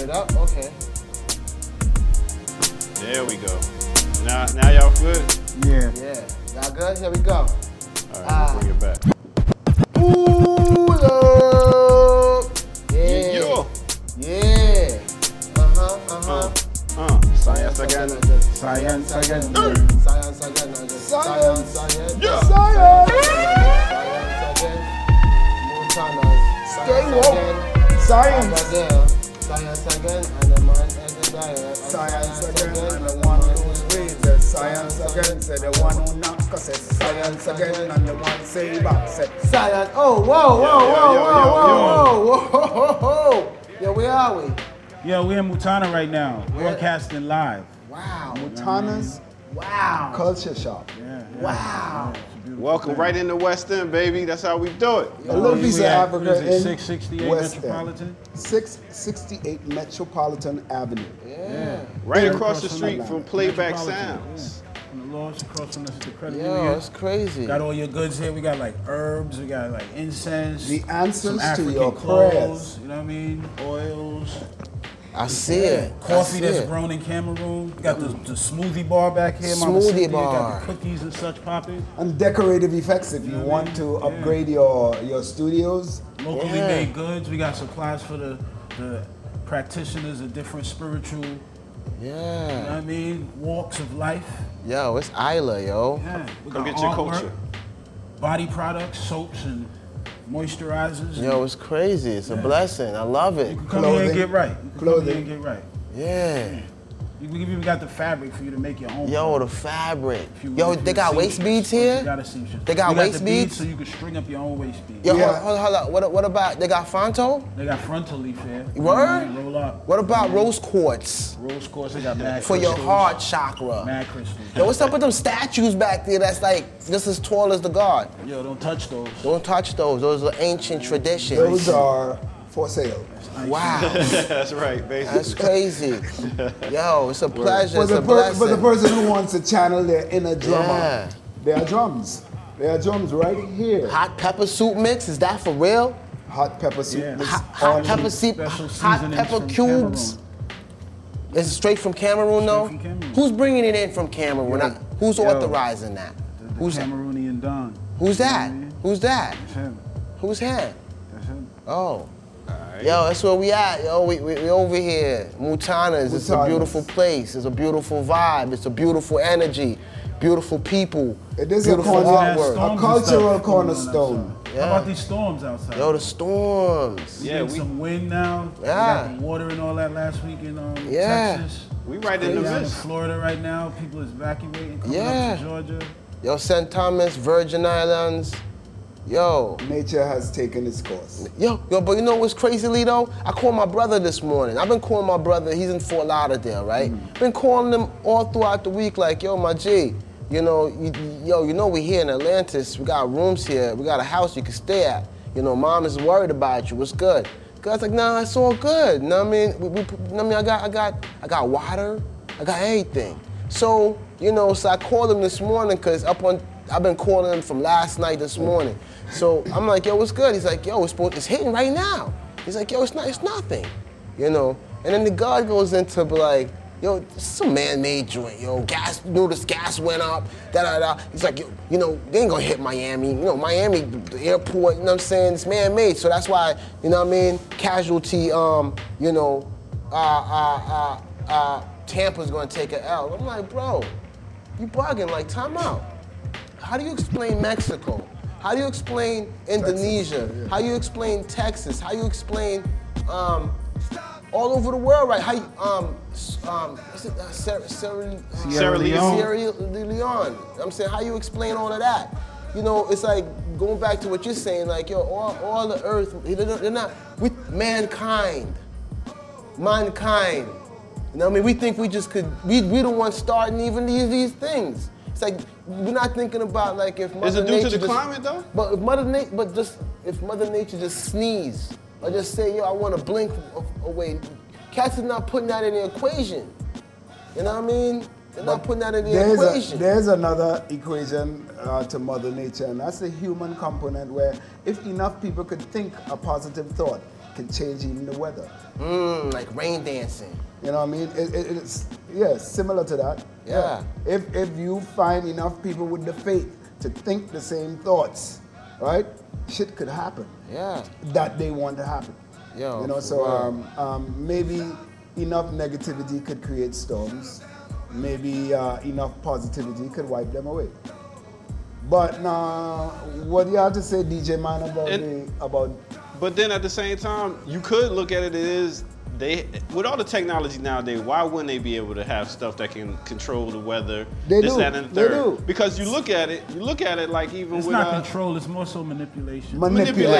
it up. Okay. There we go. Now, now y'all good? Yeah. Yeah. Y'all good? Here we go. All right, Ah. bring it back. Ooh, love. Yeah. Yo, Yeah. Uh huh. Uh huh. uh, uh, science again. Oh, Science again. Science again. Science. Science again. Yeah. Science again. Montanas. Stay Science woke. again. Science. Again. Science again. And the man and the diet. Science again, and the one who's raised said science again, said the one who knock said science again, and the one say back said Silence. Oh, whoa, Yo, yo, yo, yo, whoa, whoa, whoa, whoa, whoa, whoa, whoa, whoa. Yeah, where are we? Yo, we're in Mutana right now, broadcasting live. Wow. Mutana's Wow. culture shop. Yeah, yeah. Wow. Welcome right in the West End, baby. That's how we do it. A little We- piece we of at- what Africa is it, in 668 West End. Metropolitan. 668 Metropolitan Avenue. Yeah. Right Yeah. across the street Across from from Playback Metropolitan, Sounds. yeah. From the laws across from us at the credit Yo, union. it's crazy. Got all your goods here. We got like herbs. We got like incense. The answers some to African your clothes, prayers. You know what I mean? Oils. I see it. I Coffee see that's it. grown in Cameroon. Got the, the smoothie bar back here. Mama Smoothie Cynthia. bar. Got the cookies and such popping. And decorative effects if you Yeah, want man. to Yeah. upgrade your, your studios. Locally Yeah. made goods. We got supplies for the, the practitioners of different spiritual, you know what Yeah. I mean, walks of life. Yo, it's Isla, yo. Yeah, we Come got get your artwork, culture. Body products, soaps, and moisturizers. and Yo, it's crazy. It's a blessing. I love it. you can come here Clothing. and get right. You can Come here Clothing. and get right. Yeah. You- We even got the fabric for you to make your own. Yo, the fabric. If you- Yo, if they you're got a waist seamstress, beads You here. got a seamstress. They got We waist the beads? so you can string up your own waist bead. Yo, hold Yeah. on, hold on, hold on. What, what about, they got Fonto? They got frontal leaf here. Word? You roll up. What about rose quartz Rose quartz. They got mad for your crystals. heart chakra? Mad crystals. Yo, what's up with them statues back there that's like just as tall as the god? Yo, don't touch those. Don't touch those. Those are ancient traditions. Those are for sale. wow, That's right, that's basically. crazy. Yo, it's a pleasure. For It's the, a per- for the blessing. person who wants to channel their inner drummer, Yeah. there are drums. There are drums right here. Hot pepper soup mix? Is that for real? Hot pepper soup. Yeah. mix Hot, hot on- pepper soup. Special Hot seasonings pepper from cubes. Cameroon. Is it straight from Cameroon though? from Cameroon. Who's bringing it in from Cameroon? Yo. I- Who's Yo. authorizing that? The, the Who's Cameroonian Don. who's that? Who's that? That's him. Who's him? That's him. Oh. Yo, that's where we at, yo. We, we, we over here. Mutanas, it's a Mutanas. beautiful place. It's a beautiful vibe. It's a beautiful energy. Beautiful people. It is a beautiful corner- Mad Outward. storms A and cultural stuff going on cornerstone. outside. Yeah. How about these storms outside? Yo, the storms. Yeah, yeah, we- some wind now. We Yeah. got the water and all that last week in um, Yeah. Texas. We right in the Down in midst. Florida right now, people is evacuating, coming Yeah. up to Georgia. Yo, St. Thomas, Virgin Islands. Yo. Nature has taken its course. Yo, yo, but you know what's crazy, Lito? I called my brother this morning. I've been calling my brother. He's in Fort Lauderdale, right? Been calling him all throughout the week, like, yo, my G, you know, you, yo, you know, we here in Atlantis. We got rooms here. We got a house you can stay at. You know, mom is worried about you. What's good? God's like, nah, it's all good. Know what I mean? We, we, know what I mean, I got, I got, I got water. I got everything. So, you know, so I called him this morning because up on, I've been calling him from last night this morning. So I'm like, yo, what's good? He's like, yo, it's, supposed, it's hitting right now. He's like, yo, it's not, it's nothing, you know. And then the guard goes into be like, yo, this is a man-made joint, yo. Gas, notice gas went up, da da da. He's like, yo, you know, they ain't gonna hit Miami. You know, Miami, the the airport, you know what I'm saying? It's man-made, so that's why, you know what I mean? Casualty, um, you know, uh, uh, uh, uh, Tampa's gonna take an L. I'm like, bro, you bugging, like, time out. How do you explain Mexico? How do you explain Indonesia? How you explain Texas? How you explain um, all over the world, right? How you, um, s- um, is it, uh, Sierra, Sierra, Sierra Leone. Sierra Leone. I'm saying, how you explain all of that? You know, it's like going back to what you're saying, like, yo, all, all the earth, they're not, they're not with mankind mankind. You know what I mean? We think we just could, we, we the ones starting even these, these things. It's like, we're not thinking about like if Mother Is it due to Nature the just- climate, though? But if Mother Nature, but just, if Mother Nature just sneeze, or just say, yo, I want to blink a- away, cats is not putting that in the equation. You know what I mean? They're not putting that in the There's, a, equation. there's another equation uh, to Mother Nature, and that's the human component where if enough people could think a positive thought, can change even the weather. Mm, like rain dancing. You know what I mean? It, it, it's yeah, similar to that. Yeah. If if you find enough people with the faith to think the same thoughts, right? Shit could happen Yeah. that they want to happen. Yo, you know, for so real. um, um, maybe enough negativity could create storms. Maybe uh, enough positivity could wipe them away. But now, what do you have to say, DJ Man, about And- the about? But then at the same time, you could look at it as they with all the technology nowadays, why wouldn't they be able to have stuff that can control the weather? They this, do. that, and the They third. do. Because you look at it, you look at it like even It's with not uh, control, it's more so manipulation. Manipulation.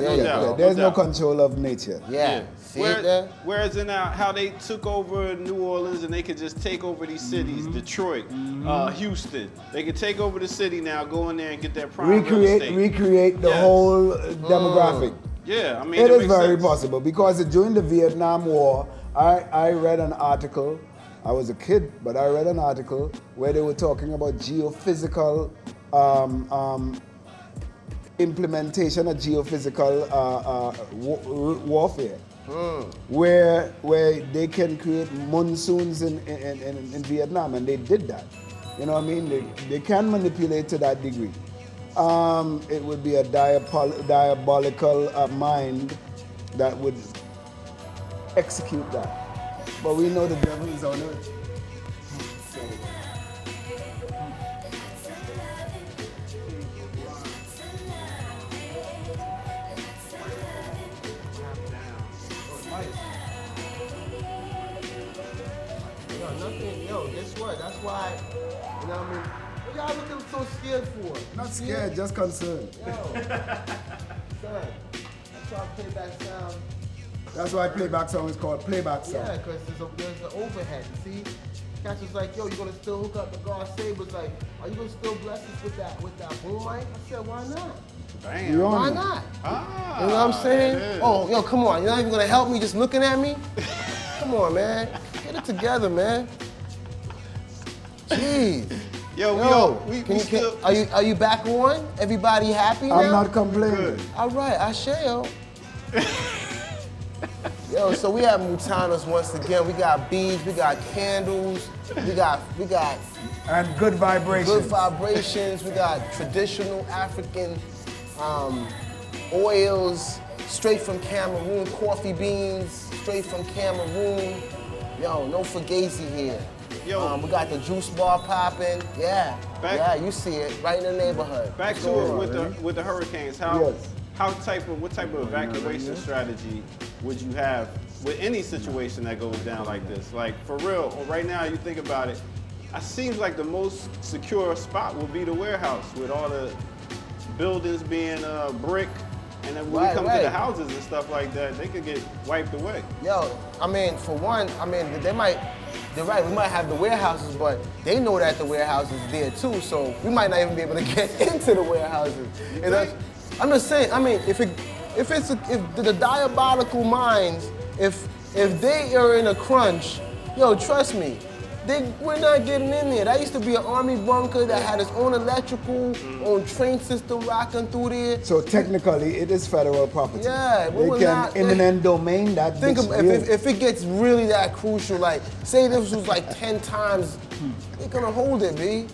Yeah, yeah, yeah, no yeah. doubt, There's no no doubt. control of nature. Yeah. See Where- it there? Whereas in uh, how they took over New Orleans and they could just take over these cities, Mm-hmm. Detroit, uh, Houston. They could take over the city now, go in there and get that prime real Recreate, estate. recreate the Yes. whole uh, demographic. yeah, I mean It is makes very sense. possible because during the Vietnam War, I, I read an article. I was a kid, but I read an article where they were talking about geophysical um, um, implementation of geophysical uh, uh, wa- w- warfare, where where they can create monsoons in, in, in, in Vietnam, and they did that. You know what I mean? They, they can manipulate to that degree. Um, it would be a diabol- diabolical uh, mind that would execute that. But we know the devil is on earth. Yo, nothing. Yo, guess what? That's why. You know what I mean? What y'all looking so scared for? Not scared, just concerned. Yo, son. That's why I play back sound. That's why playback song is called playback song. Yeah, because there's, a, there's an overhead, you see? Cats was like, yo, you gonna still hook up the God Save was like, are you gonna still bless us with that with that boom mic? I said, why not? Damn. You're on Why it. not? Ah, You know what I'm saying? that is. Oh, yo, come on. You're not even gonna help me just looking at me? come on, man. Get it together, man. Jeez. Yo, Yo, we, we, can we you, can- still. are you are you back on? Everybody happy now? I'm not complaining. All right, I shall. Yo, so we have Mutanas once again. We got beads, we got candles, we got we got And good good vibrations. vibrations. We got traditional African um, oils, straight from Cameroon, coffee beans, straight from Cameroon. Yo, no fugazi here. Yo. Um, we got the juice bar popping. Yeah, Back- yeah, you see it right in the neighborhood. Back to it with the with the hurricanes. How Yes. how type of what type of evacuation strategy would you have with any situation that goes down like this? Like for real, or right now you think about it, it seems like the most secure spot would be the warehouse with all the buildings being uh, brick, and then when Right, we come right. to the houses and stuff like that, they could get wiped away. Yo, I mean, for one, I mean, they might, they're right, we might have the warehouses, but they know that the warehouse is there too, so we might not even be able to get into the warehouses. And that's- I'm just saying, I mean, if it, if it's, a, if the, the diabolical minds, if, if they are in a crunch, yo, trust me, they, we're not getting in there. That used to be an army bunker that had its own electrical, own train system rocking through there. So technically, it is federal property. Yeah, we they will can not- eminent domain that. Think bitch of, if, real. if, if it gets really that crucial, like say this was like ten times, they gonna hold it, b.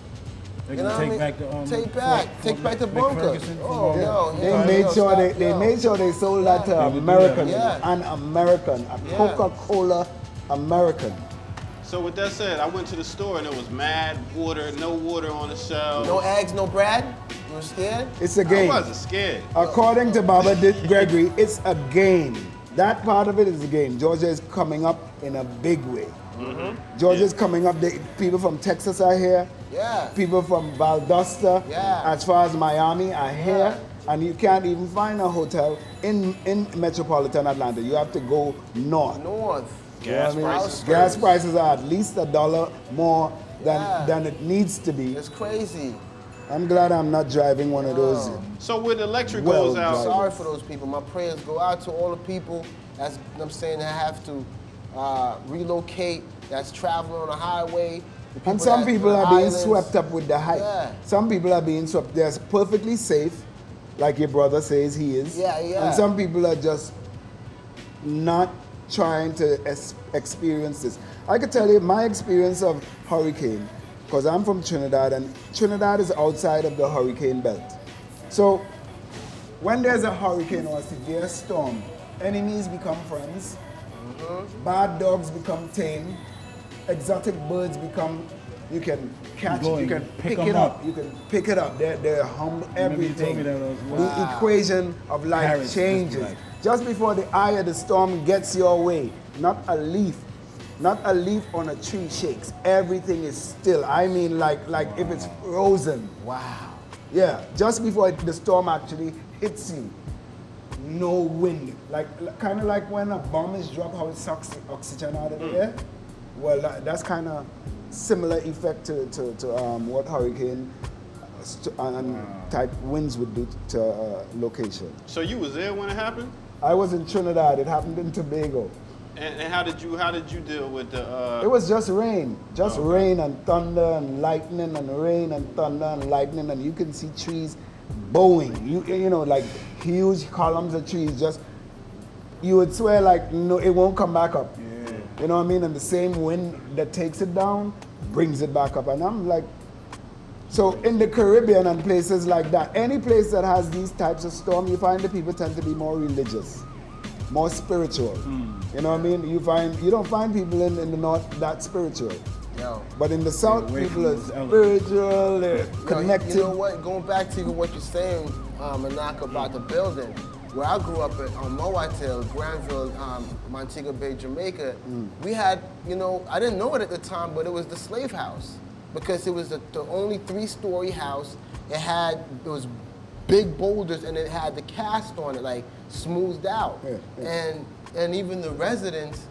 You They can know what I take mean? back the um, Take Fort- back, Fort take back the Mac- bunker. McPherson. Oh, yo, they yo, made yo, sure they, stop, they yo. made sure they sold that to would do American, that. Yeah. an American, a Yeah. Coca-Cola American. So with that said, I went to the store and it was mad water, no water on the shelves. No eggs, no bread. You were scared? It's a I game. wasn't scared. According to Baba Di- Gregory, it's a game. That part of it is a game. Georgia is coming up in a big way. Georgia is coming up. They, people from Texas are here. Mm-hmm. Yeah. People from Valdosta, Yeah. as far as Miami, are here. And you can't even find a hotel in, in metropolitan Atlanta. You have to go north. North. You know Gas what I mean? prices. Gas prices are at least a dollar more than, Yeah. than it needs to be. It's crazy. I'm glad I'm not driving one of those. So when the electric Well goes out, done. Sorry for those people. My prayers go out to all the people that's you know what I'm saying that have to uh, relocate, that's traveling on the highway. the And some that- people the are being islands. swept up with the hype. Yeah. Some people are being swept. They're perfectly safe, like your brother says he is. Yeah, yeah. And some people are just not trying to es- experience this. I could tell you my experience of hurricane, because I'm from Trinidad, and Trinidad is outside of the hurricane belt. So when there's a hurricane or a severe storm, enemies become friends, bad dogs become tame, exotic birds become. You can catch Go it, you and can pick pick, 'em it up. up. you can pick it up. They're, they're hum- Remember you told everything. me that I was- The equation of life Harris, changes. just like- Just before the eye of the storm gets your way, not a leaf, not a leaf on a tree shakes. Everything is still. I mean, like like if it's frozen. Wow. Yeah. Just before it- the storm actually hits you, no wind. Like kind of like when a bomb is dropped, how it sucks the oxygen out of the air. Well, that, that's kind of similar effect to to, to um, what hurricane uh, st- and type winds would do to uh, location. So you was there when it happened, I was in Trinidad. It happened in Tobago. and, and how did you how did you deal with the? Uh, It was just rain, just rain and thunder and lightning and rain and thunder and lightning, and you can see trees bowing. You you know like huge columns of trees. Just you would swear like no, it won't come back up. You know what I mean? And the same wind that takes it down brings it back up, and I'm like. So in the Caribbean and places like that, any place that has these types of storm, you find the people tend to be more religious, more spiritual. You know what I mean? You find you don't find people in, in the north that spiritual. Yo. But in the south, away people from are those elements. spiritual, they're Yo, you- connected. You know what? Going back to even what you're saying, um, Manak, about the building. Where I grew up at on Mowatell, Granville, um, Montego Bay, Jamaica, Mm. we had, you know, I didn't know it at the time, but it was the slave house because it was the, the only three-story house. It had those big boulders and it had the cast on it, like smoothed out. Yeah, yeah. And and even the residents,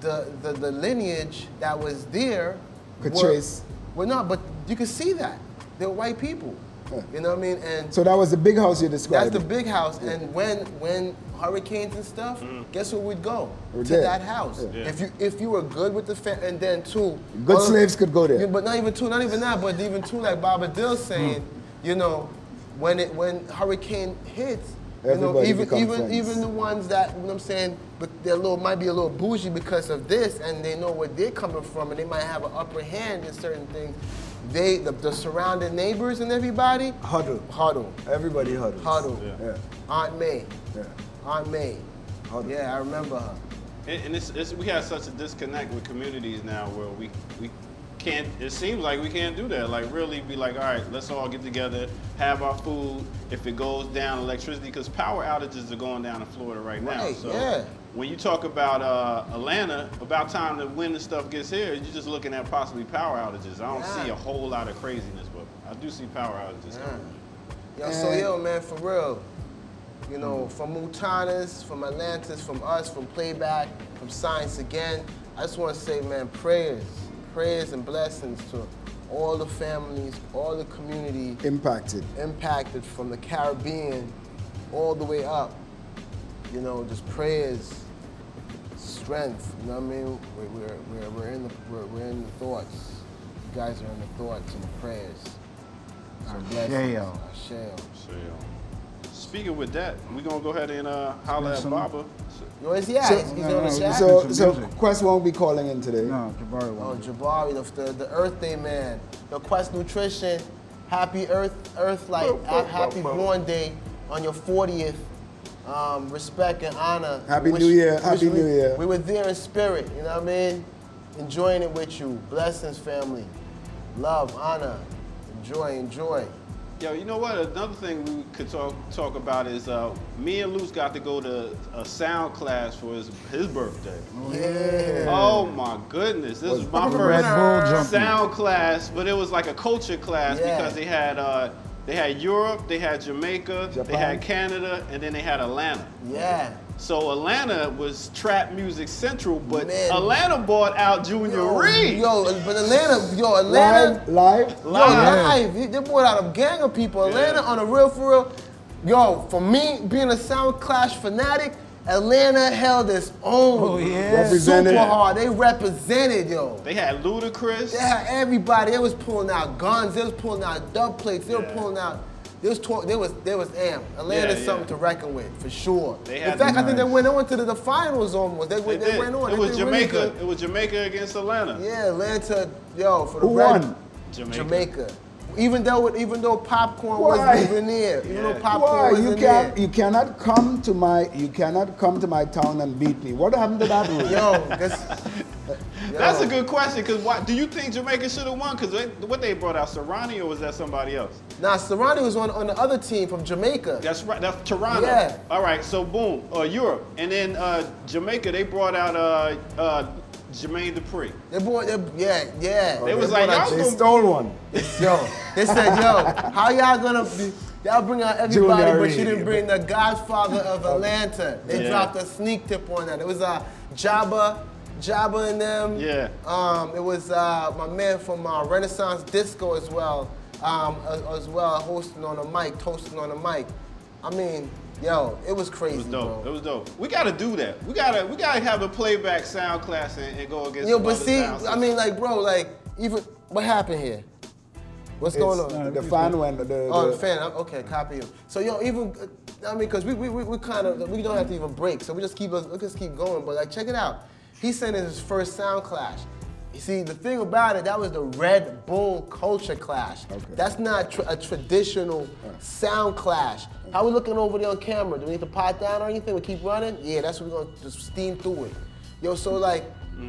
the the, the lineage that was there Could were- trace. well, no, but you can see that they're white people. You know what I mean? And so that was the big house you that's described. the big house. And when when hurricanes and stuff, guess where we'd go? We're to there. that house. If you if you were good with the family, and then two Good slaves could go there. but not even two, not even that. But even two, like Baba Dill's saying, Mm. you know, when it when hurricane hits. You know, Everybody even become even friends. even the ones that you know what I'm saying, but they're a little might be a little bougie because of this, and they know where they're coming from, and they might have an upper hand in certain things. They the, the surrounding neighbors and everybody huddle. huddle. Everybody huddles. Huddle. Yeah. Aunt May. Yeah. Aunt May. Huddle. Yeah, I remember her. and and it's, it's, we have such a disconnect with communities now where we we can't. It seems like we can't do that. Like really, be like, all right, let's all get together, have our food. If it goes down, electricity, because power outages are going down in Florida right now. Right, so yeah. when you talk about uh, Atlanta, about time the wind and stuff gets here, you're just looking at possibly power outages. I don't Yeah. see a whole lot of craziness, but I do see power outages. coming. Yo, so And- yo, man, for real. You know, from Mutanas, from Atlantis, from us, from Playback, from Science Again. I just want to say, man, prayers, prayers and blessings to all the families, all the community Impacted. impacted from the Caribbean all the way up. You know, just prayers, strength. You know what I mean? We're, we're, we're, we're, in, the, we're, we're in the thoughts. You guys are in the thoughts and the prayers. So blessings. Asheo. Asheo. So, speaking with that, we're gonna go ahead and uh, holler at Some- Baba. Yo, is he out? So- he's he's No, on no, the we chat. just- So, some so music. Quest won't be calling in today. No, Jabari Oh, won't. Jabari, the, the, the Earth Day man, the Quest Nutrition, happy Earth Earth Light, uh, happy Born Day on your 40th. Um, respect and honor. Happy New Year, wish Happy we- New Year. We were there in spirit, you know what I mean? Enjoying it with you. Blessings, family. Love, honor, enjoy, enjoy. Yo, you know what? Another thing we could talk talk about is uh, me and Luce got to go to a sound class for his his birthday. Yeah. Oh my goodness! This was my the first Red Bull jumping. sound class, but it was like a culture class Yeah. because they had uh, they had Europe, they had Jamaica, they Japan. had Canada, and then they had Atlanta. Yeah. So Atlanta was trap music central, but Man. Atlanta bought out Junior Reed. Yo, but Atlanta, yo, Atlanta. Live, live. Yo, live. They brought out a gang of people. Atlanta on a real for real. Yo, for me, being a Sound Clash fanatic, Atlanta held its own. Oh, yeah. Represented. Super hard. They represented, yo. They had Ludacris. They had everybody. They was pulling out guns. They was pulling out dub plates. They were Yeah. pulling out There was talk. There was there was damn. Atlanta's Yeah, yeah. something to reckon with for sure. They In had fact, the I think they knives. went on to the, the finals almost. They, They went. they did. went on. It They was did really Jamaica. good. It was Jamaica against Atlanta. yeah, Atlanta. Yo, for the Who red- won? Jamaica. Jamaica. Even though it- even though popcorn Why? wasn't even there. Even though Yeah. popcorn Why wasn't you there. can you cannot come to my you cannot come to my town and beat me? What happened to that rule? Yo, that's That's a yo. good question. Cause why do you think Jamaica should have won? Cause they, what they brought out, Serrani, or was that somebody else? Now Serrani was on, on the other team from Jamaica. That's right. That's Toronto. Yeah. All right. So boom, uh, Europe, and then uh, Jamaica. They brought out uh, uh, Jermaine Dupri. They bought, they, yeah, yeah. They was brought like, out y'all They gonna- stole one. Jay- yo. They said, yo, how y'all gonna be? Y'all bring out everybody, Junior but you Reed. didn't bring the Godfather of Atlanta. They Yeah. dropped a sneak tip on that. It was uh, Jabba, Jabba and them. Yeah. Um, it was uh, my man from uh, Renaissance Disco as well, um, as, as well hosting on the mic, toasting on the mic. I mean, yo, it was crazy, It was dope. bro. It was dope. We gotta do that. We gotta we gotta have a playback sound class and, and go against. Yo, some but other see, sound I system. mean, like, bro, like, even what happened here? What's going on? It's- The fan went. The, the, Oh, the fan. I'm- Okay, copy him. So yo, even uh, I mean, cause we we, we, we kind of we don't have to even break, so we just keep us we just keep going. But like, check it out. He sent in his first sound clash. You see, the thing about it, that was the Red Bull culture clash. Okay. That's not tr- a traditional sound clash. How we looking over there on camera? Do we need to pot down or anything? We keep running? Yeah, that's what we're gonna just steam through it. Yo, so like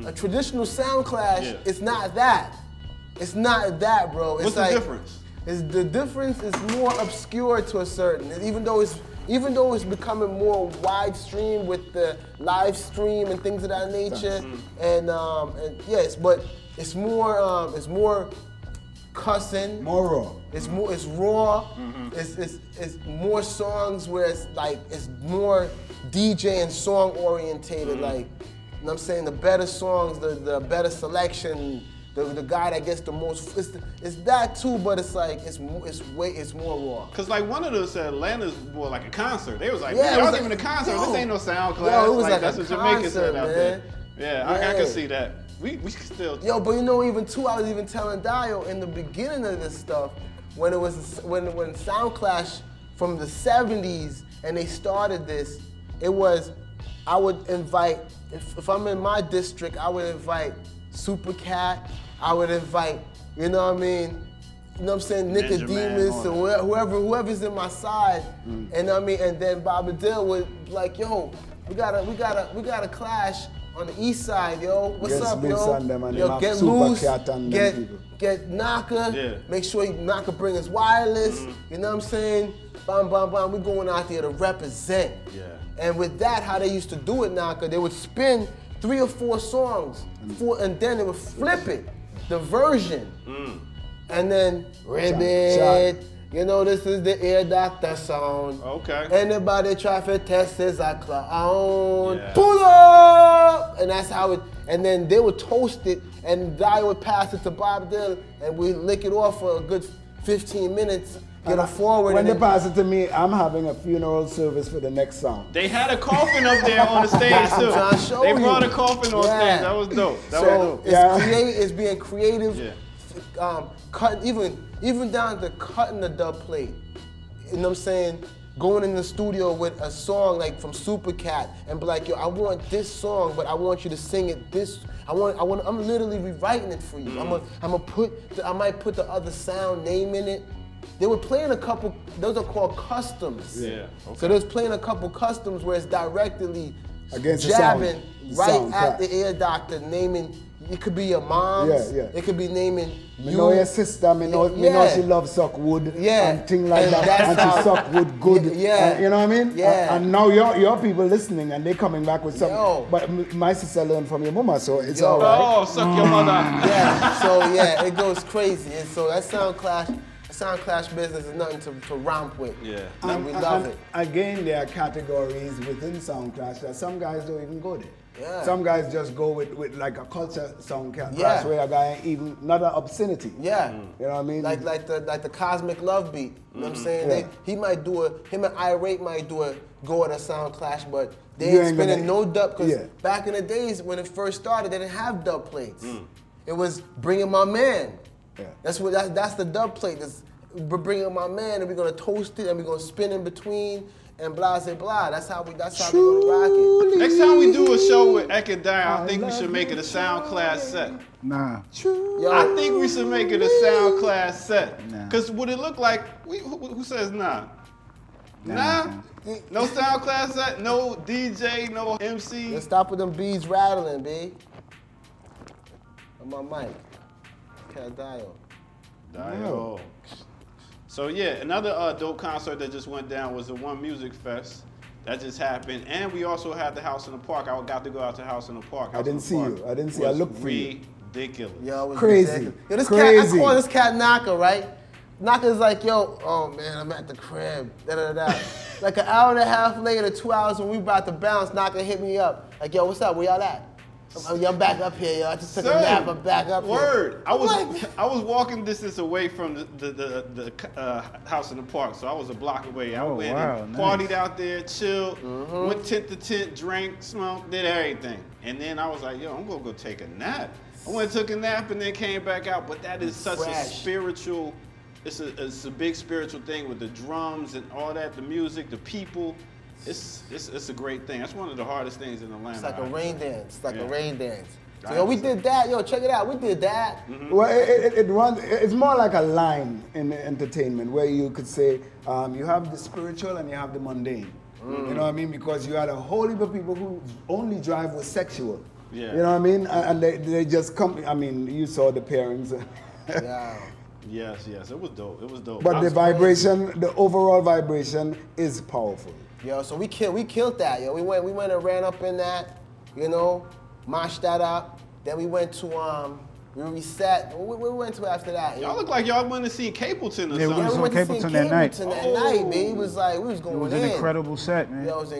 a traditional sound clash, Yeah. it's not that. It's not that, bro. It's What's the like- difference? is the difference is more obscure to a certain, even though it's even though it's becoming more wide stream with the live stream and things of that nature, and um, and yes, but it's more um, it's more cussing, more raw. it's more it's raw, it's, it's it's more songs where it's like it's more DJ and song orientated, like you know what I'm saying the better songs, the, the better selection, the, the guy that gets the most it's, it's that too, but it's like it's mo- it's way it's more raw. Cause like one of those said Atlanta's more like a concert. They was like, Yeah, yeah, it y'all was giving like- a concert. yo. this ain't no sound Yo, class. it was like, like that's a what Jamaica said concert, out there. Yeah, I, I Yeah. can see that. We we could still. Yo, but you know, even too, I was even telling Dio in the beginning of this stuff when it was when when Sound Clash from the '70s and they started this, it was I would invite if, if I'm in my district, I would invite Super Cat, I would invite you know what I mean, you know what I'm saying, Ninja Man, Mm. all Nicodemus that. or whoever whoever whoever's in my side, and I mean, and then Bobby Dill would be like, yo, we gotta we gotta we gotta clash on the east side, yo. What's Get up, loose yo? on them and yo them get have super loose, cat on them get people. get Naka. Yeah. Mm-hmm. Make sure you Naka bring his wireless. You know what I'm saying? Bam, bam, bam. We going out there to represent. Yeah. And with that, how they used to do it, Naka, they would spin three or four songs, Mm. four, and then they would flip it, the version, Mm. and then ribbit. Shot. You know, this is the ear doctor sound. Okay. Anybody try to test is a clown. Yeah. Pull up! And that's how it, and then they would toast it, and I would pass it to Bob Dylan, and we lick it off for a good 15 minutes, get it forward. When and they then- pass it to me, I'm having a funeral service for the next song. They had a coffin up there on the stage I'm too. trying to show they brought you. a coffin on Yeah. stage. That was dope. That was so dope. it's, Yeah. create, it's being creative, Yeah. f- um, cutting even even down to cutting the dub plate. You know what I'm saying? Going in the studio with a song like from Supercat and be like, yo, I want this song, but I want you to sing it this. I want, I want. I'm literally rewriting it for you. I'm gonna, Mm-hmm. I'm gonna put, the, I might put the other sound name in it. They were playing a couple. Those are called customs. Yeah, okay. So they was playing a couple customs where it's directly Against the sound- jabbing the right sound, at right. the ear doctor naming it could be your mom's Yeah, yeah. it could be naming Me you know your sister, me know, me know Yeah. she loves suck wood Yeah. and thing like And that, that's and how- she suck wood good. Y- yeah. and you know what I mean? Yeah. And, and now your your people listening and they coming back with something. Yo. But m- my sister learned from your mama, so it's Yo. all right. Oh, suck your mother. yeah so yeah it goes crazy and so that sound clash that sound clash business is nothing to, to romp with Yeah. and, And- we and- love and it Again, there are categories within sound clash that some guys don't even go there. Yeah. Some guys just go with, with like a culture sound clash Yeah. where a guy even not an obscenity. yeah You know what I mean? like like the like the cosmic love beat you know what i'm saying Mm-hmm. Yeah. they, he might do a him and irate might do a go at a sound clash but they You ain't ain't spinning gonna- no dub because Yeah. back in the days when it first started they didn't have dub plates it was bringing my man Mm. Yeah. That's what that's, that's the dub plate. That's b- bringing my man, and we're gonna toast it, and we're gonna spin in between, and blah, blah, blah. That's how we. That's how we gonna rock it. Next time we do a show with Ek and Dai, I think we should make it a sound class set. Nah. Yo, I think we should make it a sound class set. Nah. Cause what it look like? We, who, who says nah? Nah. Nah. No sound class set. No DJ. No MC. let's stop with them beads rattling, b. On my mic, Cadial. Dial. So yeah, another uh, dope concert that just went down was the One Music Fest. That just happened, and we also had the House in the Park. I got to go out to House in the Park. House in didn't the see Park you. I didn't see you. I was looked for you. Ridiculous. Yo, it was Crazy. ridiculous. Yo, this cat, I Crazy. call this cat Knocker, right? Knocker's like, yo, oh man, I'm at the crib. Da, da, da, da. like an hour and a half later, two hours when we about to bounce, Knocker hit me up. Like, yo, what's up? Where y'all at? I'm, like, yo, I'm back up here, yo. I just took Sir, a nap. I'm back up here. Word. I I'm was like, I was walking distance away from the the, the, the uh, house in the park, so I was a block away. I Oh, went wow, and nice. partied out there, chilled, Mm-hmm. went tent to tent, drank, smoked, did everything, and then I was like, yo, I'm gonna go take a nap. I went and took a nap and then came back out. But that is such a Fresh. spiritual. It's a it's a big spiritual thing with the drums and all that, the music, the people. It's it's, it's a great thing. That's one of the hardest things in Atlanta. it's like a I- rain dance. It's like a Yeah. rain dance. So, I yo, we understand. did that. Yo, check it out. We did that. Mm-hmm. Well, it, it, it- it runs. It's more like a line in entertainment where you could say um, you have the spiritual and you have the mundane. You know what I mean? Because you had a whole heap of people who only drive with sexual. Yeah. You know what I mean? And and they, they just come. I mean, you saw the pairings, Yeah. Yes, yes, it was dope. It was dope. I but the was- vibration, the overall vibration, is powerful. Yo, so we killed we killed that, yo. We went we went and ran up in that, you know, moshed that up. Then we went to um we reset. Where where we went to after that? yo? Y'all look like y'all went to see Capleton or Yeah, we Yeah, something. was we on went to see Capleton that night. Capleton that Oh. night, man. It was like we was going It was in. an incredible set, man. Yo, it was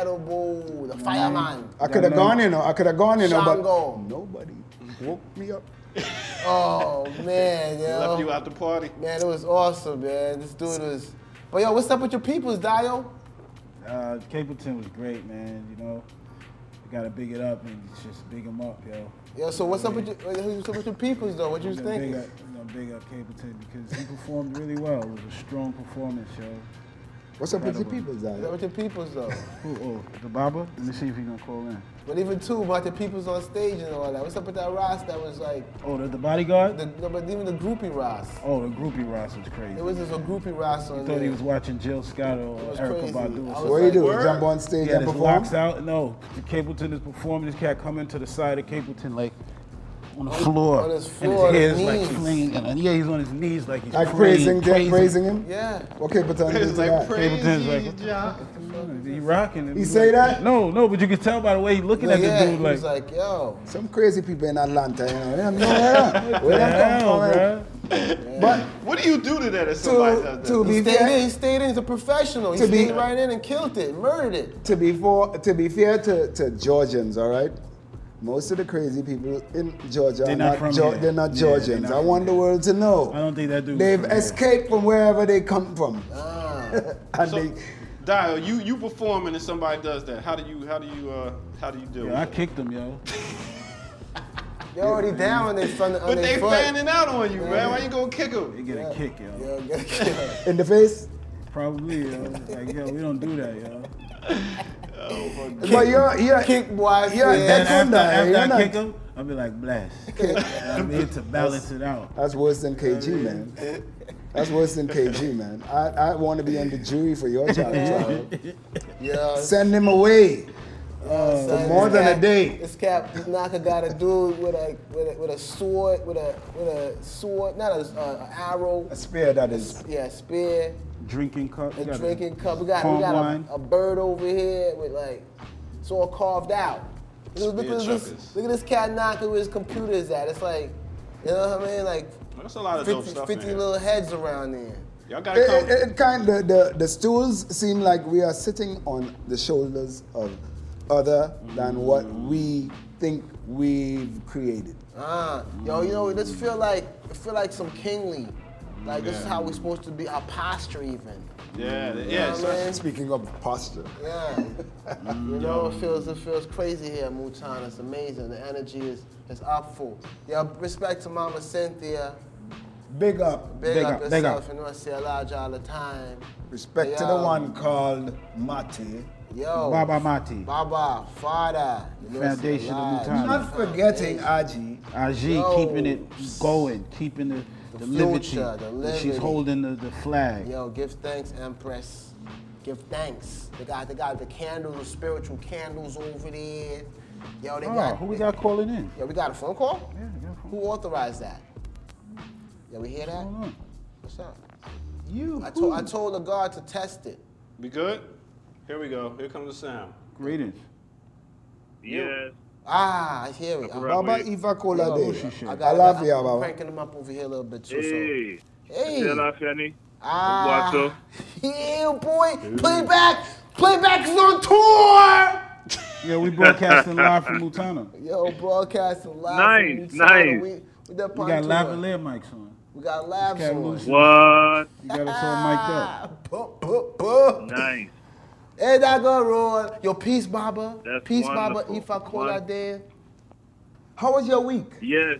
incredible. Mm. The fireman. I could have man. gone, you know. I could have gone, you know, but Shango. nobody woke me up. Oh man, yo. Left you out the party. Man, it was awesome, man. This dude was. But yo, what's up with your peoples, Dio? Uh, Capleton was great, man. You know, you gotta big it up and just big him up, yo. Yo, so what's up with your what's up with your peoples though? What you was I'm gonna big thinking? up, I'm gonna big up Capleton because he performed really well. It was a strong performance, yo. What's up with the people, Incredible. What's up Zion? with your peoples though? Who? Oh, the Baba. Let me see if he gonna call in. But even too about the people's on stage and all that. What's up with that Ross that was like Oh, the, the bodyguard. the no, but even the groupie Ross. oh, the groupie Ross was crazy. It was just a groupie Ross on thought there. he was watching Jill Scott or was Erica crazy. Badu. Or I was something. What do you do? Word. Jump on stage He had and his perform? locks out. No, Capleton is performing. This cat coming to the side of Capleton like on the floor. on his floor, and on his his hair's like knees. flinging. And uh, yeah, he's on his knees like he's Like praying, praising, them, praising him. yeah. Okay, but uh, I It's did like that. crazy. like- John. He rocking. it. He say that? No, no, but you can tell by the way he's looking But at yeah, the dude he like, was like, yo. Some crazy people in Atlanta, you know, they have no idea where they come hell, from. man. bruh. But What do you do to that if somebody to, does to that? He be stayed in, fair, he stayed in, he's a professional. He To be- stayed right in and killed it, murdered it. to be for, to be fair to, to Georgians, all right. Most of the crazy people in Georgia They're are not not, from Geo- here. they're not Yeah, they're Georgians. not I from want the here. world to know. I don't think that dude was They've from here. Ah. escaped from wherever they come from. and So, they, Dial, you you performing and somebody does that. How do you how do you uh how do you do? Yo, I kicked him, yo. They already down on their front on but their they foot. fanning out on you, man. Why you gonna kick They them? get a kick, yo. Yo, get killed. in the face. Probably, yo. Like, yo, we don't do that, yo. but you're, you're, Kick boy. Yeah, yeah. that's- after, Sunday, after I you're not- kick him, I'll be like, bless. I'm here to balance it out. That's worse than KG, man. That's worse than KG, man. I, I want to be on the jury for your challenge. child. Yo, Send him away. son, this Oh, more than a cat- day. This cap, this knocker got a dude with a with a, with a sword, with a with a sword, not a uh, an arrow. A spear that is. Yeah, spear. Drinking cup. a you gotta- drinking cup. We got palm we got wine. a, a bird over here with like it's all carved out. Look, look, Spear at this, chuckers. look at this cat knocking where his computer is at. It's like, you know what I mean? Like That's a lot of dope 50, stuff. 50 in here. little heads around there. Y'all It, gotta come. it, it kind of, the, the stools seem like we are sitting on the shoulders of other than what we think we've created. Ah, yo, you know, this feel like it feel like some kingly. Like this is Yeah. how we're supposed to be, our posture even. yeah, yeah. Mm, You know what I so- mean? Speaking of posture, Yeah. you know, it feels it feels crazy here, Mutan. It's amazing. The energy is is up full. Yeah, respect to Mama Cynthia, Big up. Big, Big up, up, big yourself. up. You know I say Elijah all the time. Respect Hey, to the um, one called Mate. Yo. Baba Mati. Baba, father. You know I say Foundation of Elijah. Mutana. Not forgetting Aji. Aji Yo. keeping it going, keeping the, the, liberty. future, the that She's liberty. holding the, the flag. Yo, give thanks, Empress. Give thanks. They got they got the candles, the spiritual candles over there. Yo, they Oh, got who we got calling in? Yo, we got a phone call? Yeah, we got a phone Who authorized that? Yeah, we hear that? Hold on. What's up? You. I told I told the guard to test it. We good? Here we go. Here comes the sound. Greetings. Yes. Ah, I hear it. I'm- Right. Baba Iva Kola Yo, Day. I, I got, love I, you, I'm Baba. cranking them up over here a little bit too. Hey. So. Hey. Tell off, Yanni. Ah, Watch yeah, boy. Playback. Playback is on tour. Yeah, we broadcasting live from Mutana. Yo, broadcasting live. Nice, from Louisiana. nice. We, we, done We on got tour. lavalier mics on. We got labs Got on. loose. What? You got us all mic'd up. Ah, boop, boop, boop. Nice. Hey, that go roll. Yo, peace, Baba. That's peace, Baba. wonderful. If I call Wonderful. that there. How was your week? Yes.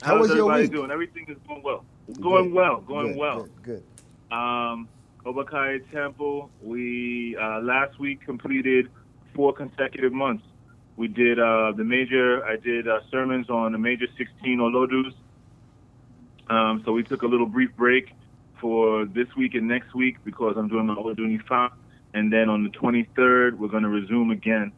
How was How's your everybody week? doing? Everything is going well. Going well. Going Good, well. Good. good. Um, Obakai Temple. We uh, last week completed four consecutive months. We did uh, the major. I did uh, sermons on the major 16 Olodus. Um, so we took a little brief break for this week and next week because I'm doing my Oloduni Fa. And then on the 23rd, we're going to resume again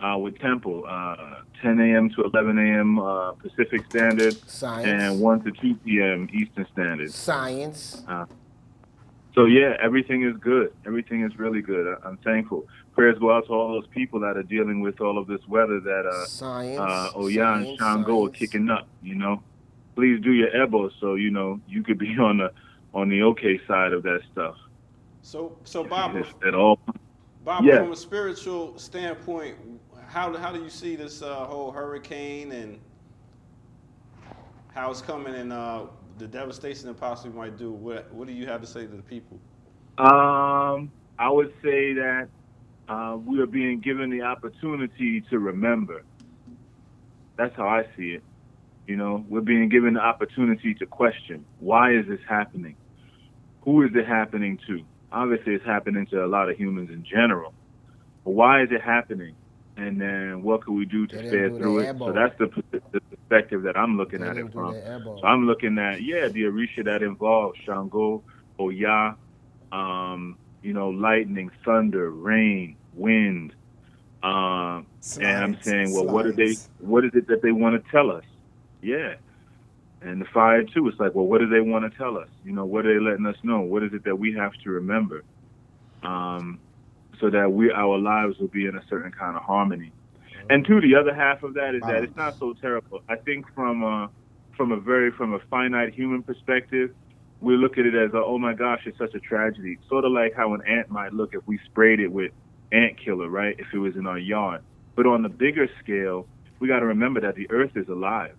uh, with Temple, uh, 10 a.m. to 11 a.m. Uh, Pacific Standard, Science. and 1 to 2 p.m. Eastern Standard. Science. So yeah, everything is good. Everything is really good. I- I'm thankful. Prayers go out to all those people that are dealing with all of this weather that uh, science. uh Oya and science, Shango are science. kicking up. You know, please do your elbow so you know you could be on the on the okay side of that stuff. So, so Baba, Just at all. Baba, Yeah. from a spiritual standpoint, how do, how do you see this uh, whole hurricane and how it's coming and uh, the devastation it possibly might do? What What do you have to say to the people? Um, I would say that uh, we are being given the opportunity to remember. That's how I see it. You know, we're being given the opportunity to question why is this happening? Who is it happening to? Obviously, it's happening to a lot of humans in general. But why is it happening? And then what can we do to They didn't stare do the through it? elbow. So that's the, p- the perspective that I'm looking They at didn't it do from. the elbow. So I'm looking at, yeah, the Orisha that involves Shango, Oya, um, you know, lightning, thunder, rain, wind. Um, and I'm Slides, saying, well, what are they? slides. What is it that they want to tell us? Yeah. And the fire too. It's like, well, what do they want to tell us? You know, what are they letting us know? What is it that we have to remember? Um, so that we our lives will be in a certain kind of harmony. And two, the other half of that is that it's not so terrible. I think from uh, from a very from a finite human perspective, we look at it as a, oh my gosh, it's such a tragedy. Sort of like how an ant might look if we sprayed it with ant killer, right? If it was in our yard. But on the bigger scale, we got to remember that the earth is alive.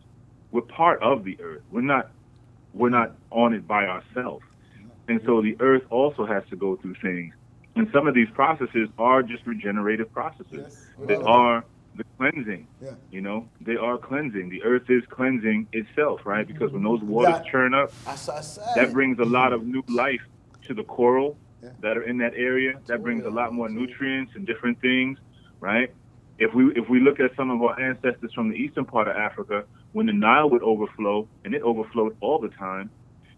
We're part of the earth. We're not we're not on it by ourselves. And so the earth also has to go through things. And some of these processes are just regenerative processes. Yes. They are the cleansing. Yeah. You know, they are cleansing. The earth is cleansing itself, right? Because when those waters Yeah. churn up, That's what I said. that brings a lot of new life to the coral Yeah. that are in that area. That brings a lot more nutrients and different things, right? If we if we look at some of our ancestors from the eastern part of Africa, when the Nile would overflow, and it overflowed all the time,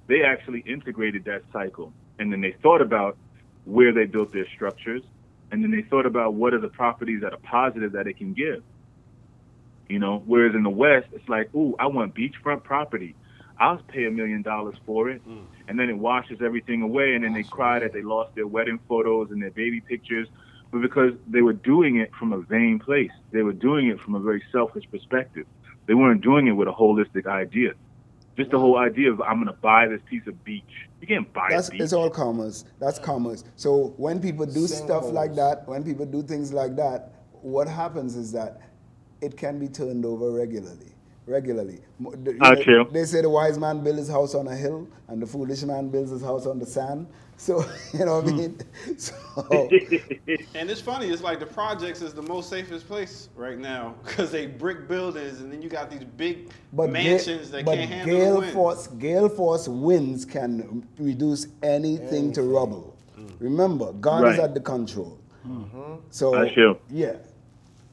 they actually integrated that cycle, and then they thought about where they built their structures, and then they thought about what are the properties that are positive that it can give. You know, whereas in the West, it's like, ooh, I want beachfront property. I'll pay a million dollars for it. And then it washes everything away. And then they cry that they lost their wedding photos and their baby pictures. But because they were doing it from a vain place, they were doing it from a very selfish perspective. They weren't doing it with a holistic idea. Just the whole idea of, I'm going to buy this piece of beach. You can't buy That's a beach. it's all commerce. That's commerce. So when people do stuff like that, when people do things like that, what happens is that it can be turned over regularly. regularly. Mo- the- you Ah, know, true. They say the wise man builds his house on a hill, and the foolish man builds his house on the sand. So you know what Hmm. I mean. So And it's funny. It's like the projects is the most safest place right now because they brick buildings, and then you got these big but Ga- mansions that but can't handle gale the wind. force gale force winds can reduce anything, to rubble. Hmm. Remember, God is Right. at the control. Mm-hmm. So That's you. yeah,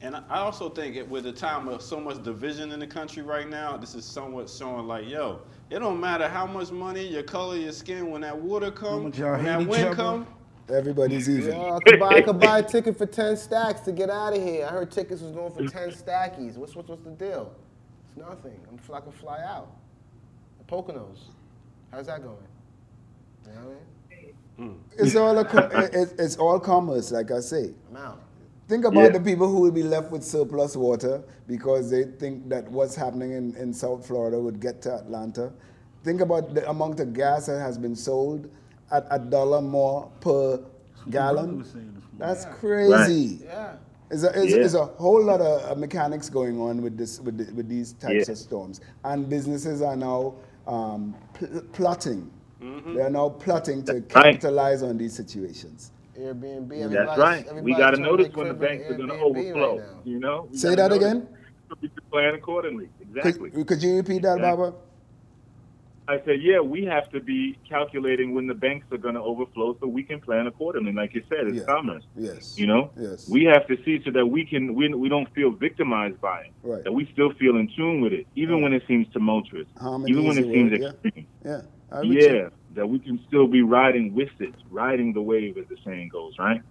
And I also think it, with the time of so much division in the country right now, this is somewhat showing like, yo, it don't matter how much money, your color, your skin, when that water come, much y'all when hate that each wind other? come, everybody's even. Yo, I could, buy, I could buy a ticket for 10 stacks to get out of here. I heard tickets was going for 10 stackies. What's, what's, what's the deal? It's nothing. I'm fly, I can fly out. The Poconos. How's that going? You know what I mean? It's all a, co- it- it- it's all commerce, like I say. I'm out. Think about Yeah. the people who will be left with surplus water because they think that what's happening in, in South Florida would get to Atlanta. Think about the amount of gas that has been sold at a dollar more per brother gallon. was saying this morning. That's crazy. Yeah. It's a, it's, Yeah. it's a whole lot of uh, mechanics going on with this with, the, with these types Yeah. of storms, and businesses are now um, pl- plotting. They are now plotting to Mm-hmm. That's right. capitalize on these situations. Airbnb. That's everybody's- right. We everybody's got to trying notice make when the crib an banks are going to Airbnb right overflow. now. you know. We Say gotta that notice. again? We should plan accordingly. Exactly. Could, could you repeat that, Exactly. Baba? I said, yeah, we have to be calculating when the banks are going to overflow so we can plan accordingly. Like you said, it's Yeah. commerce. Yes. You know, Yes. we have to see so that we can we, we don't feel victimized by it. Right. That we still feel in tune with it, even when it seems tumultuous, Harmony even is when it a seems word, yeah. extreme. yeah. I would Yeah. say- that we can still be riding with it, riding the wave, as the saying goes. Right.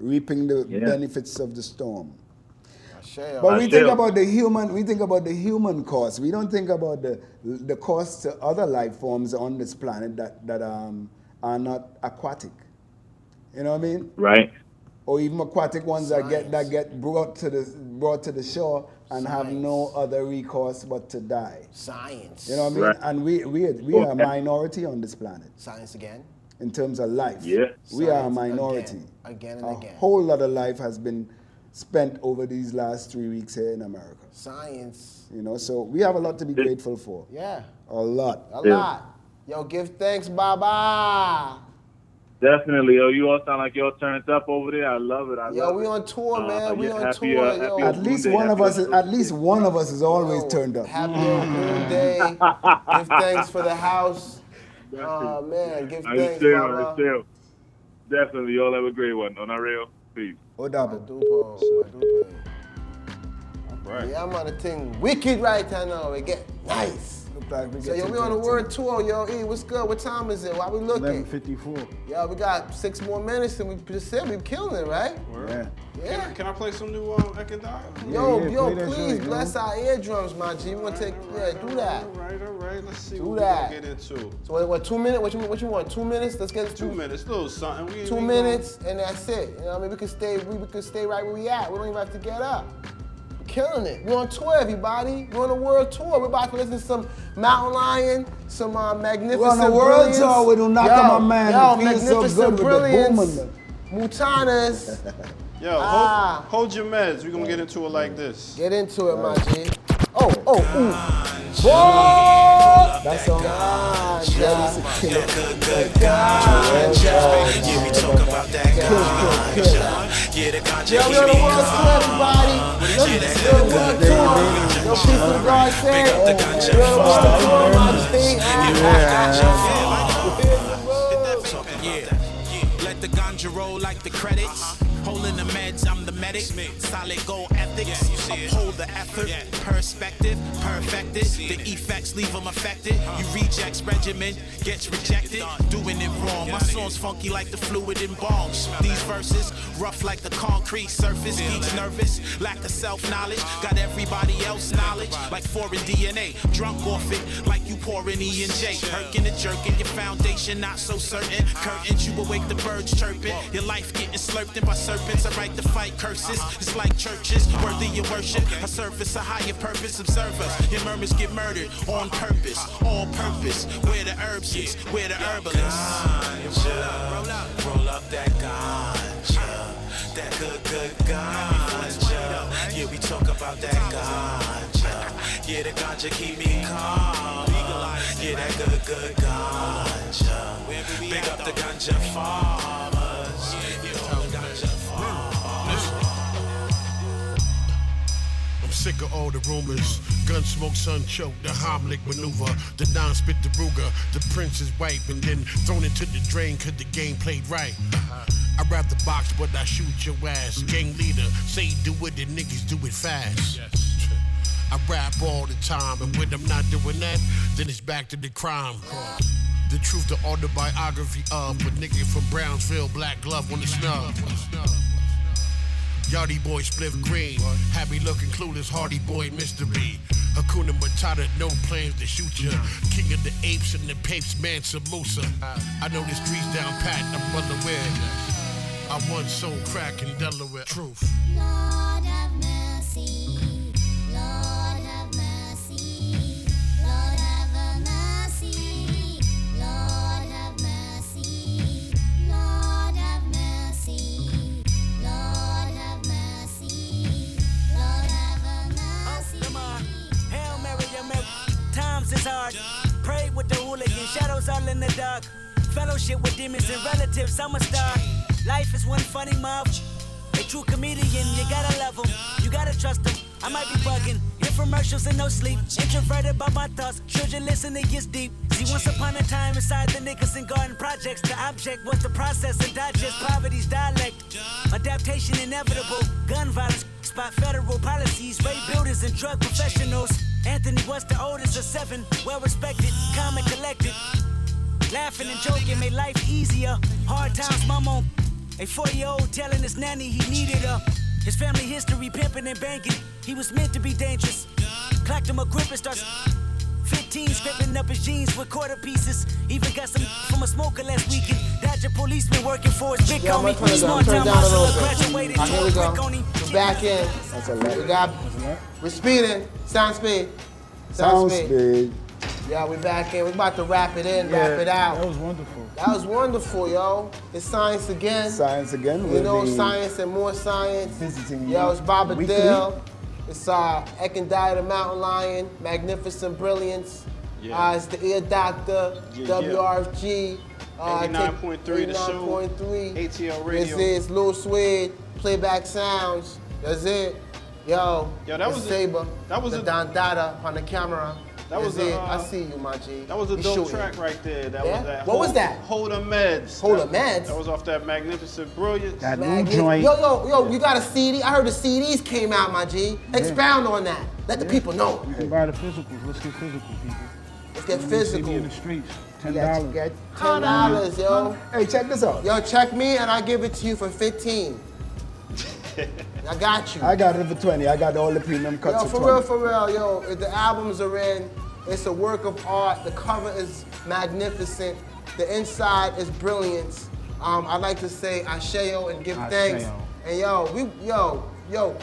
Reaping the Yeah. benefits of the storm. Ashe, But we I think feel- about the human. We think about the human cost. We don't think about the the cost to other life forms on this planet that that um, are not aquatic. You know what I mean? Right. Or even aquatic ones that get that get brought to the brought to the shore and have no other recourse but to die. Science. You know what I mean? Right. And we we are- we are a minority on this planet Science again. in terms of life. Yeah. We are a Science minority. Again, again a and again. whole lot of life has been spent over these last three weeks here in America. Science. You know, so we have a lot to be grateful for. Yeah. A lot. A Yeah. lot. Yo, give thanks, Baba. Definitely. Oh, you all sound like y'all turned up over there. I love it. I Yo, love we it. on tour, Uh, man. we yeah, on happy, tour. uh, yo. happy At least Monday, one of happy us is at least one of us is always turned up. Happy Moon Day. give thanks for the house. Oh man, give I thanks, still, I Baba. still. Definitely. Y'all have a great one. On our real. Peace. Odabo. Dupo, my dupo. right? Yeah, I'm on a thing wicked right now. It get nice. Look like we So yo, getting we on the dirty. word tour, yo. E, what's good? What time is it? Why we looking? 11:54. Yo, we got six more minutes and we just said we killing it, right? Yeah. Yeah. Can I play some new um, Ekadai? Yo, yeah, yo, play that please joint, yo. bless our eardrums, my G. We gonna take yeah, do that. All right, all right. Let's see Do what that. we gonna get into. So what, what two minutes? What you what you want? Two minutes? Let's get it Two minutes, little something. We, Two we gonna- minutes and that's it. You know what I mean? We can stay we, we can stay right where we at. We don't even have to get up. We're killing it. We're on tour, everybody. We're on a world tour. We're about to listen to some Mountain Lion, some uh, magnificent. We're on a world Brilliance. tour with Unaka, Yo, my man. Yo, It feels so magnificent good with the brilliance. booming. Mutanas. Yo, Ah. hold, hold your meds. We're gonna get into it like this. Get into it, my G. Oh, oh, ooh. Boy! That song. God, That yo. is a killer. Yeah, we talk about that ganja. Yeah, the ganja Yo, we on a world tour, everybody. Look at this. Yo, world tour. Yo, peace of God, Big up the said. Oh, Yo, ganja. world tour, my thing. Talking about that. Yeah. Let the ganja roll like the credits. Holding the meds, I'm the medic. Solid goal ethics. Uphold the effort. Perspective, perfected. The effects leave 'em affected. You rejects regimen, gets rejected. Doing it wrong. My song's funky like the fluid in bombs. These verses, rough like the concrete surface. Geeks nervous, lack of self knowledge. Got everybody else knowledge, like foreign DNA. Drunk off it, like you pouring E and J. Herking and jerking, your foundation not so certain. Curtains, you awake the birds chirping. Your life getting slurped in by serpents. I write the fight curses. It's like churches, worthy your worship. I service a higher purpose, observe us. Your murmurs get murdered on purpose, all purpose. Where the herbs is, where the herbalists. Roll up, roll up that ganja. That good, good ganja. Yeah, we talk about that ganja. Yeah, the ganja keep me calm. Yeah, that good, good ganja. Big up the ganja farmers. Yo, ganja farmers. I'm sick of all the rumors. Gunsmoke, sun choke, the Heimlich maneuver. The Don spit the Ruger. The Prince is white and then thrown into the drain because the game played right. I rap the box, but I shoot your ass. Gang leader, say do it, the niggas do it fast. I rap all the time, and when I'm not doing that, then it's back to the crime. The truth, the autobiography of a nigga from Brownsville, black glove on the snub. Yardy boy split green. Happy looking clueless, hardy boy mystery. Hakuna Matata, no plans to shoot ya. King of the apes and the papes, Mansa Musa. I know the streets down pat, I'm well aware. I once sold crack in Delaware. Truth. Lord have mercy. Lord have mercy. Lord have mercy. Lord have mercy. Lord have mercy. Lord have mercy. Lord have Oh, Come on. mercy. Hail Mary, Hail Mary. Times is hard. Pray with the hooligan. Shadows all in the dark. Fellowship with demons and relatives. I'm a star. Life is one funny mob. A true comedian. You gotta love him. You gotta trust him. I might be bugging. Infomercials and no sleep. Introverted by my thoughts. Should you listen, it gets deep. See, once upon a time, inside the Nicholson Garden projects, the object was the process and digest poverty's dialect. Adaptation inevitable. Gun violence spot federal policies, rape builders, and drug professionals. Anthony was the oldest of seven, well respected, calm and collected. Laughing and joking made life easier. Hard times, mom on a four-year-old telling his nanny he needed her. His family history pimping and banking. He was meant to be dangerous. Clocked him a grip and starts 15 scribbling up his jeans with quarter pieces. Even got some from a smoker last weekend. Dodger policeman working for his big Yeah, I'm gonna homie. turn it down, Small turn it town down a little hustler bit. graduated All right, here we to a quick go. on him. We're back in. That's a We lot. got, we're speeding. Sound speed. Sound Sounds speed. big. Yeah, we back in. We about to wrap it in, wrap it That out. was wonderful. That was wonderful, yo. It's science again. Science again. You with know, the- science and more science. Visiting Yo, it's Baba weekly. Dale. It's uh, Ekandai the Mountain Lion, Magnificent Brilliance. Yeah. Uh, it's the Ear Doctor, Yeah, yeah. WRFG. Uh, I take 89.3 the show, 89.3. ATL This Radio. is Lil Swede, Playback Sounds. That's it. Yo, Yo, that it's was a- Saber. that was the a- Don Dada on the camera. That was That's a, it. uh, I see you, my G. That was a He dope shooting. track right there. That Yeah? was that. What was that? Hold 'em meds. Hold 'em That- Meds? That was off that magnificent brilliance. That new Magnificent- joint. Yo, yo, yo, you got a CD? I heard the CDs came out, my G. Expound on that. Let the people know. You can buy the physicals. Let's get physical, people. Let's get See me physical. in the streets. Ten Got you, dollars. got you. Ten dollars, yo. Hey, check this out. Yo, check me and I give it to you for fifteen. I got you. I got it for 20. I got all the premium cuts yo, for for 20. real, for real, yo. If the albums are in, it's a work of art. The cover is magnificent. The inside is brilliance. Um, I like to say asheo and give thanks. Asheo. And yo, we, yo, yo,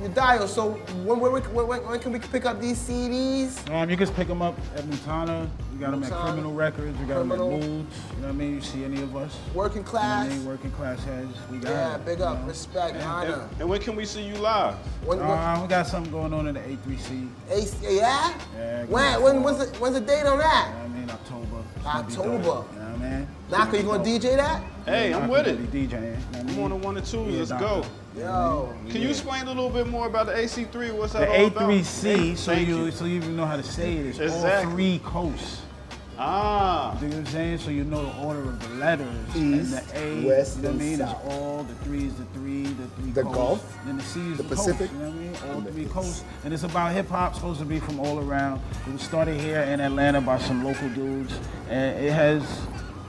you dial. So when, when, when, when can we pick up these CDs? Um, you can pick them up at Mutana. We got them at Montana. Criminal Records. We got them at Criminal. Moods. You know what I mean? You see any of us? Working You know what I class. mean? Working class heads. We got Yeah, it, big you up, know? respect, and, honor. and when can we see you live? When, when, Uh, we got something going on in the A3C. You know AC, yeah? Yeah, When, come when, on. when's, the, when's the date on what that? I mean? October. It's gonna be dope, October. You know what I mean? Knocker, you gonna DJ that? Hey, I'm with it. Be DJing. you know what I I'm mean? on the one and twos. Yeah, Let's doctor. go. Yo. Can you explain a little bit more about the AC3? What's The that all about? A3C, so Thank you, so you even know how to say it. It's all Exactly. three coasts. Ah, You know what I'm saying? So you know the order of the letters. East, and the A, West, you know and what I mean? South. It's all the three is the three, the three The coasts. Gulf, Then the sea is the the, Pacific, Coast, you know what I mean? All and the three East. coasts. And it's about hip hop, supposed to be from all around. It was started here in Atlanta by some local dudes. And it has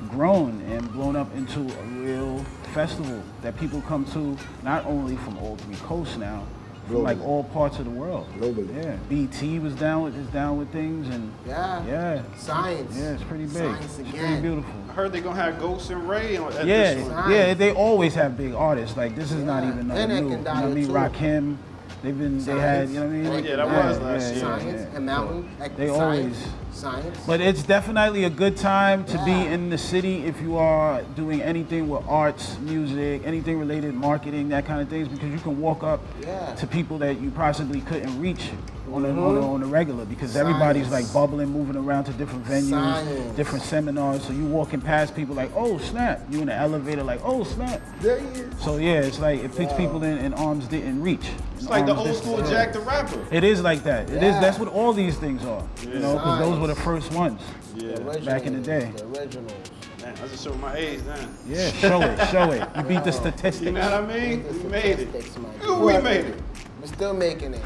grown and blown up into a real festival that people come to not only from all three coasts now, from like Globally. all parts of the world. Globally. Yeah. BT was down with is down with things and Yeah. Yeah. Science. Yeah, it's pretty big. Science It's again. pretty beautiful. I heard they're gonna have Ghost and Ray on at Yeah, this one. yeah, they always have big artists. Like this is not Yeah, even and nothing Ekindaya new. You know what I mean? too. Rakim, they've been, they had, you know what I mean? Science. Yeah, that Oh, was last year. Science and Mountain. They Science. always, Science. But it's definitely a good time to be in the city if you are doing anything with arts, music, anything related, marketing, that kind of things, because you can walk up Yeah. to people that you possibly couldn't reach on a, Mm-hmm. on a, on a regular because everybody's like Science. bubbling, moving around to different venues, Science. different seminars. So you walking past people like, oh snap, you in the elevator like, oh snap. There he is. So yeah, it's like it puts people in, in arms didn't reach. It's like the old school Jack the Rapper. It is like that. It is. Yeah. That's what all these things are. You know, because those were the first ones. The originals, Back in the day. The originals. Man, I just showed my age now. Yeah. Show it. Show it. You beat the statistics. You know what I mean? We made it. Statistics, man. Ooh, we made it. We're still making it.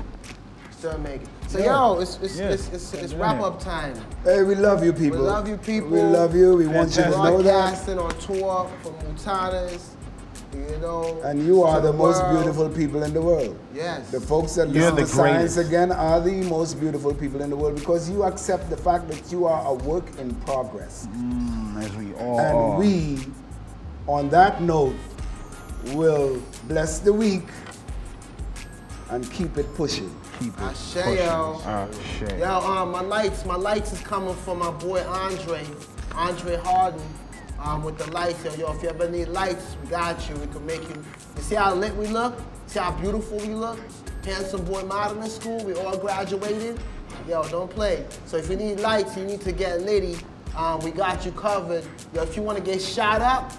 Still making it. So Yeah. yo, it's it's Yeah. it's, it's, it's Yeah. wrap up time. Hey, we love you people. We love you people. We love you. We want you to know that. Broadcasting on tour from Mutadas, you know. And you are to the most world. beautiful people in the world. Yes. The folks that You're listen the to science greatest. again are the most beautiful people in the world because you accept the fact that you are a work in progress. As we all And are. we, on that note, will bless the week and keep it pushing. I share yo. Ah, shit. Yo, um, my lights, my lights is coming from my boy Andre, Andre Harden, um, with the lights. Yo, yo, if you ever need lights, we got you. We can make you. You see how lit we look? See how beautiful we look? Handsome boy modeling school. We all graduated. Yo, don't play. So if you need lights, you need to get litty. Um, we got you covered. Yo, if you want to get shot up,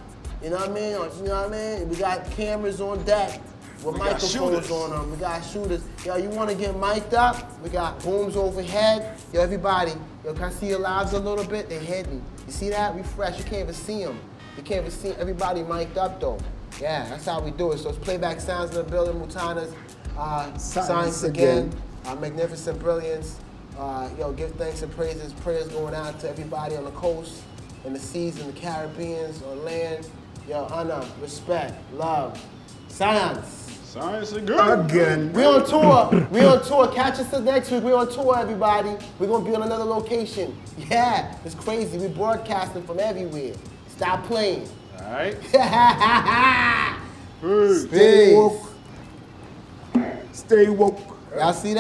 you know what I mean? Or, you know what I mean? We got cameras on deck. With got microphones shooters. on on 'em. We got shooters. Yo, you want to get mic'd up? We got booms overhead. Yo, everybody, yo, can I see your lives a little bit? They're hidden. You see that? We fresh. You can't even see them. You can't even see everybody mic'd up though. Yeah, that's how we do it. So it's playback sounds in the building, Mutana's uh, Science science, again. again. Our magnificent brilliance. Uh, yo, give thanks and praises. Prayers going out to everybody on the coast, in the seas, in the Caribbeans, on land. Yo, honor, respect, love, science. Science is good. Again. We on tour. We on tour. Catch us till next week. We on tour, everybody. We're gonna be on another location. Yeah, it's crazy. We broadcasting from everywhere. Stop playing. All right. Y'all Stay woke. Stay woke. see that?